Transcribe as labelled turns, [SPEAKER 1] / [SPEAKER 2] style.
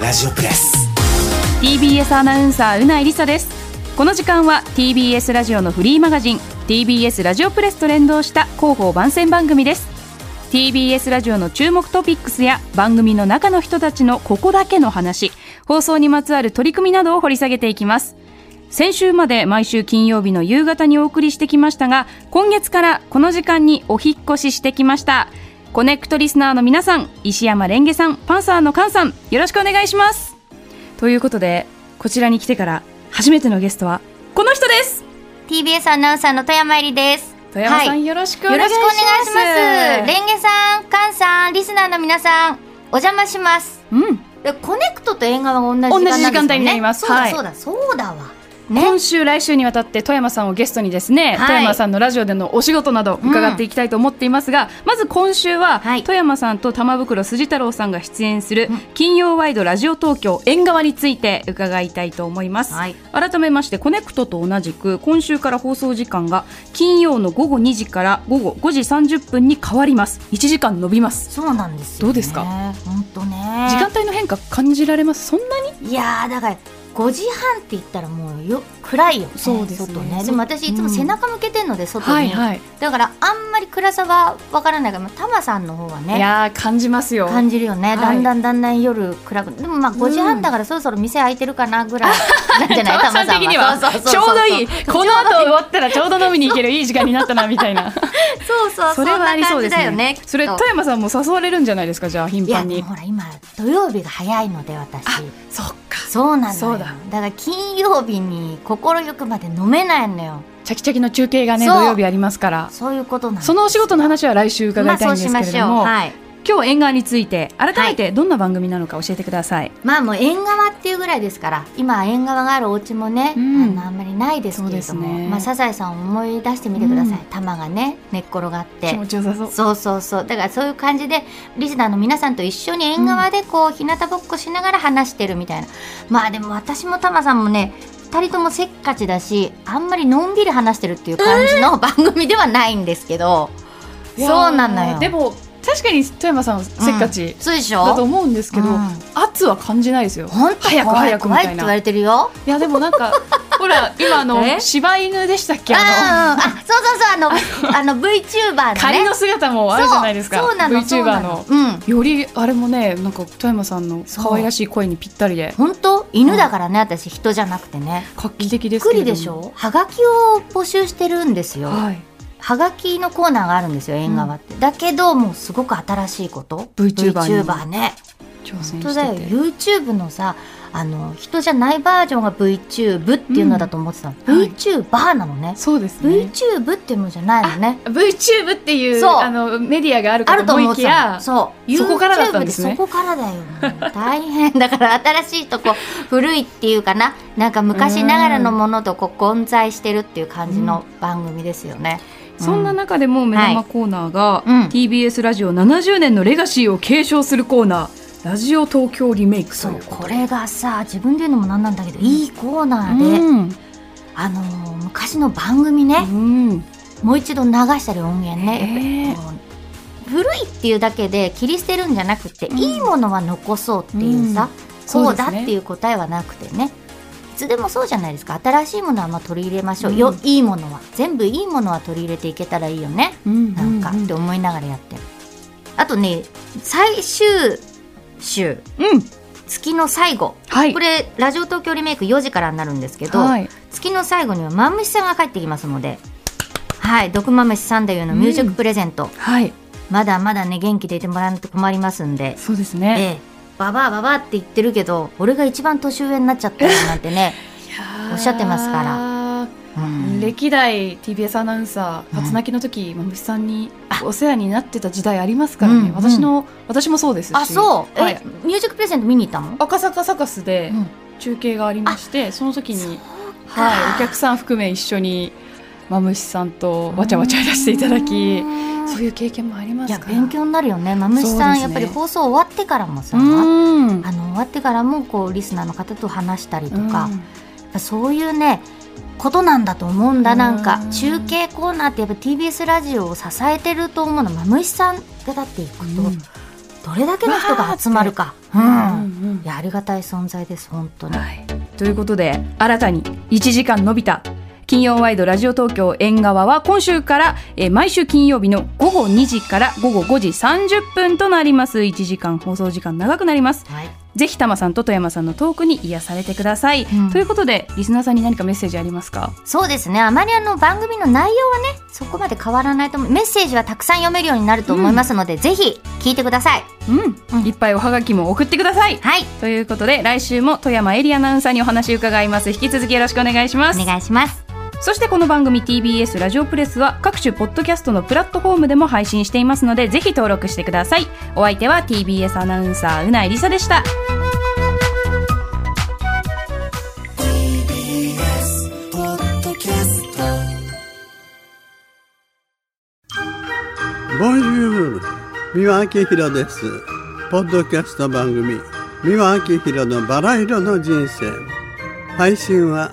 [SPEAKER 1] ラジオプレス
[SPEAKER 2] TBS アナウンサーうないりさですこの時間は TBS ラジオのフリーマガジン TBS ラジオプレスと連動した広報番宣番組です TBS ラジオの注目トピックスや番組の中の人たちのここだけの話放送にまつわる取り組みなどを掘り下げていきます先週まで毎週金曜日の夕方にお送りしてきましたが今月からこの時間にお引っ越ししてきましたコネクトリスナーの皆さん石山レンゲさんパンサーのカンさんよろしくお願いしますということでこちらに来てから初めてのゲストはこの人です
[SPEAKER 3] TBS アナウンサーの富山えりです。
[SPEAKER 2] 富山さ
[SPEAKER 3] は
[SPEAKER 2] ん、
[SPEAKER 3] い、よ
[SPEAKER 2] よろしくお願
[SPEAKER 3] ろ
[SPEAKER 2] い
[SPEAKER 3] し
[SPEAKER 2] し
[SPEAKER 3] くお
[SPEAKER 2] ま
[SPEAKER 3] 願い
[SPEAKER 2] す
[SPEAKER 3] します。レンゲさん、カンさん、リスナーの皆さん、お邪魔します。
[SPEAKER 2] うん、
[SPEAKER 3] でコネクトと映画は同じ時間なんですもんね。
[SPEAKER 2] 同じ時間帯になります
[SPEAKER 3] そうだ、
[SPEAKER 2] はい
[SPEAKER 3] そうだ、そうだわ。ね。
[SPEAKER 2] 今週来週にわたって富山さんをゲストにですね、
[SPEAKER 3] はい
[SPEAKER 2] 富山さんのラジオでのお仕事など伺っていきたいと思っていますが、まず今週は、
[SPEAKER 3] はい
[SPEAKER 2] 富山さんと玉袋筋太郎さんが出演する金曜ワイドラジオ東京縁側について伺いたいと思います、
[SPEAKER 3] はい
[SPEAKER 2] 改めましてコネクトと同じく今週から放送時間が金曜の午後2時から午後5時30分に変わります1時間伸びます
[SPEAKER 3] そうなんですよ、ね。
[SPEAKER 2] どうですか
[SPEAKER 3] 本当ね。
[SPEAKER 2] 時間帯の変化感じられますそんなに
[SPEAKER 3] いやーだから5時半って言ったらもうよ暗いよね
[SPEAKER 2] そうですね
[SPEAKER 3] 外ね
[SPEAKER 2] そう
[SPEAKER 3] でも私いつも背中向けてるので外に、
[SPEAKER 2] い、
[SPEAKER 3] だからあんまり暗さはわからないからまあタマさんの方はね
[SPEAKER 2] いやー感じますよ
[SPEAKER 3] 感じるよね、
[SPEAKER 2] い
[SPEAKER 3] だんだんだんだん夜暗くでもまあ5時半だからそろそろ店開いてるかなぐらいなんじ ゃない
[SPEAKER 2] タマさん的には
[SPEAKER 3] そうそう
[SPEAKER 2] ちょう
[SPEAKER 3] そうそう
[SPEAKER 2] どいいこの後終わったらちょうど飲みに行けるいい時間になったなみたいな
[SPEAKER 3] そうそうそんな感じだよねきっと
[SPEAKER 2] それ富山さんも誘われるんじゃないですかじゃあ頻
[SPEAKER 3] いや
[SPEAKER 2] 繁
[SPEAKER 3] で
[SPEAKER 2] に
[SPEAKER 3] もほら今土曜日が早いので私
[SPEAKER 2] そっか
[SPEAKER 3] そうなのよ
[SPEAKER 2] そうだ
[SPEAKER 3] だから金曜日に心よくまで飲めないのよ
[SPEAKER 2] チャキチャキの中継がね土
[SPEAKER 3] そう
[SPEAKER 2] 曜日ありますから
[SPEAKER 3] そういうことなの
[SPEAKER 2] そのお仕事の話は来週伺いたいんですけれども、
[SPEAKER 3] まあ、そうしましょうはい
[SPEAKER 2] 今日縁側について改めてどんな番組なのか教えてください、
[SPEAKER 3] まあもう縁側っていうぐらいですから今縁側があるお家もね、
[SPEAKER 2] うん
[SPEAKER 3] あのあんまりないですけれ
[SPEAKER 2] そ
[SPEAKER 3] ど
[SPEAKER 2] うで
[SPEAKER 3] も、
[SPEAKER 2] すね
[SPEAKER 3] まあ、サザエさんを思い出してみてください、
[SPEAKER 2] うん
[SPEAKER 3] 玉がね寝っ転がって
[SPEAKER 2] 気持ちよさそう
[SPEAKER 3] そうそうそうだからそういう感じでリスナーの皆さんと一緒に縁側でこう、日向ぼっこしながら話してるみたいなまあでも私もタマさんもね2人ともせっかちだしあんまりのんびり話してるっていう感じの番組ではないんですけど、
[SPEAKER 2] いやー
[SPEAKER 3] そうなのよ
[SPEAKER 2] でも確かに富山さんはせっかち、
[SPEAKER 3] そうでし
[SPEAKER 2] だと
[SPEAKER 3] ょ
[SPEAKER 2] 思うんですけど、
[SPEAKER 3] うん
[SPEAKER 2] 圧は感じないですよ
[SPEAKER 3] 本当
[SPEAKER 2] 早く
[SPEAKER 3] 怖い
[SPEAKER 2] 早くみ
[SPEAKER 3] 怖
[SPEAKER 2] た
[SPEAKER 3] いっ
[SPEAKER 2] いな
[SPEAKER 3] て言われてるよ
[SPEAKER 2] いやでもなん かほら今あの
[SPEAKER 3] え
[SPEAKER 2] 柴犬でしたっけあの
[SPEAKER 3] ああそうそうそうあのあの VTuber の
[SPEAKER 2] 仮
[SPEAKER 3] ね
[SPEAKER 2] の姿もあるじゃないですか
[SPEAKER 3] そうそうなの
[SPEAKER 2] VTuber の
[SPEAKER 3] そうなのうん
[SPEAKER 2] よりあれもねなんか富山さんの
[SPEAKER 3] そう
[SPEAKER 2] 可愛らしい声にぴったりで
[SPEAKER 3] 本当犬だからね、私人じゃなくてね
[SPEAKER 2] 画期的
[SPEAKER 3] び
[SPEAKER 2] で
[SPEAKER 3] っ
[SPEAKER 2] す
[SPEAKER 3] く
[SPEAKER 2] けれ
[SPEAKER 3] り
[SPEAKER 2] ども
[SPEAKER 3] でしょはがきを募集してるんですよ
[SPEAKER 2] はい
[SPEAKER 3] はがきのコーナーがあるんですよ縁側って、だけどもうすごく新しいこと
[SPEAKER 2] VTuber に
[SPEAKER 3] VTuber ね
[SPEAKER 2] 挑戦
[SPEAKER 3] 本当だよ
[SPEAKER 2] してて
[SPEAKER 3] YouTube のさあの人じゃないバージョンが VTube っていうのだと思ってたの、
[SPEAKER 2] うんはい
[SPEAKER 3] VTuber なのね
[SPEAKER 2] そうですね
[SPEAKER 3] VTube っていうのじゃないのね
[SPEAKER 2] VTube っていう
[SPEAKER 3] そう
[SPEAKER 2] あのメディアがある
[SPEAKER 3] あ
[SPEAKER 2] か
[SPEAKER 3] る
[SPEAKER 2] と
[SPEAKER 3] と思
[SPEAKER 2] 思
[SPEAKER 3] っ
[SPEAKER 2] いき
[SPEAKER 3] てたの
[SPEAKER 2] や
[SPEAKER 3] そう
[SPEAKER 2] そこからだったんですね
[SPEAKER 3] YouTube そこからだよもう大変だから新しい とこ古いっていうかななんか昔ながらのものとこう混在してるっていう感じの番組ですよね、
[SPEAKER 2] そんな中でも目玉コーナーが
[SPEAKER 3] うん
[SPEAKER 2] TBS ラジオ70年のレガシーを継承するコーナーラジオ東京リメイク
[SPEAKER 3] そ
[SPEAKER 2] というう
[SPEAKER 3] これがさ自分で言うのもなんなんだけどいいコーナーで、
[SPEAKER 2] うん
[SPEAKER 3] あのー昔の番組ね、
[SPEAKER 2] うん
[SPEAKER 3] もう一度流したり音源ね、
[SPEAKER 2] へえ
[SPEAKER 3] やっぱりこう古いっていうだけで切り捨てるんじゃなくて、
[SPEAKER 2] ん
[SPEAKER 3] いいものは残そうっていうさ、
[SPEAKER 2] うん
[SPEAKER 3] こうだ
[SPEAKER 2] そ
[SPEAKER 3] っ
[SPEAKER 2] うですね
[SPEAKER 3] ていう答えはなくてねいつでもそうじゃないですか新しいものはまあ取り入れましょう、
[SPEAKER 2] うん
[SPEAKER 3] よいいものは全部いいものは取り入れていけたらいいよね
[SPEAKER 2] うん
[SPEAKER 3] なんかって思いながらやってる、あとね最終週
[SPEAKER 2] うん
[SPEAKER 3] 月の最後
[SPEAKER 2] はい
[SPEAKER 3] これラジオ東京リメイク4時からになるんですけど、
[SPEAKER 2] はい
[SPEAKER 3] 月の最後にはマムシさんが帰ってきますのではい「毒マムシサンデー」のミュージックプレゼント、
[SPEAKER 2] はい
[SPEAKER 3] まだまだね元気でいてもらわないと困りますんで、
[SPEAKER 2] そうですね
[SPEAKER 3] ええババアババアって言ってるけど俺が一番年上になっちゃったよなん てね、おっしゃってますから
[SPEAKER 2] ら
[SPEAKER 3] うん
[SPEAKER 2] 歴代 TBS アナウンサー
[SPEAKER 3] うん
[SPEAKER 2] 初泣きの時、まむしさんにお世話になってた時代ありますからね、
[SPEAKER 3] うん
[SPEAKER 2] 私の私もそうですし
[SPEAKER 3] あそうえ、
[SPEAKER 2] はい
[SPEAKER 3] ミュージックプレゼント見に行ったの
[SPEAKER 2] 赤坂サカスで
[SPEAKER 3] うん
[SPEAKER 2] 中継がありまして、その時に、
[SPEAKER 3] か
[SPEAKER 2] はい、お客さん含め一緒にまむしさんとわちゃわちゃいらしていただき、
[SPEAKER 3] うん
[SPEAKER 2] そういう経験もありま
[SPEAKER 3] い
[SPEAKER 2] す
[SPEAKER 3] や
[SPEAKER 2] から
[SPEAKER 3] 勉強になるよねマムシさん、
[SPEAKER 2] そうですね
[SPEAKER 3] やっぱり放送終わってからもさ、
[SPEAKER 2] うん
[SPEAKER 3] あの終わってからもこうリスナーの方と話したりとか、
[SPEAKER 2] うん
[SPEAKER 3] そういうねことなんだと思うんだなんか
[SPEAKER 2] うん
[SPEAKER 3] 中継コーナーってやっぱ TBS ラジオを支えてると思うのマムシさんがだっていくと、
[SPEAKER 2] うん
[SPEAKER 3] どれだけの人が集まるか、う
[SPEAKER 2] うん
[SPEAKER 3] ん
[SPEAKER 2] うん
[SPEAKER 3] いやありがたい存在です本当に
[SPEAKER 2] はい、ということで新たに1時間伸びた金曜ワイドラジオ東京縁側は今週から、えー毎週金曜日の午後2時から午後5時30分となります1時間放送時間長くなります
[SPEAKER 3] はい
[SPEAKER 2] ぜひ玉さんと富山さんのトークに癒されてください、
[SPEAKER 3] うん
[SPEAKER 2] ということでリスナーさんに何かメッセージありますか
[SPEAKER 3] そうですねあまりあの番組の内容はねそこまで変わらないと思うメッセージはたくさん読めるようになると思いますので、ぜひ聞いてください
[SPEAKER 2] うん、いっぱいおはがきも送ってください
[SPEAKER 3] はい
[SPEAKER 2] ということで来週も富山エリアナウンサーにお話伺います引き続きよろしくお願いします
[SPEAKER 3] お願いします
[SPEAKER 2] そしてこの番組 TBS ラジオプレスは各種ポッドキャストのプラットフォームでも配信していますのでぜひ登録してくださいお相手は TBS アナウンサーうないりさでした
[SPEAKER 1] TBS ポッドキャスト
[SPEAKER 4] ボンジュール三輪明宏ですポッドキャスト番組三輪明宏のバラ色の人生配信は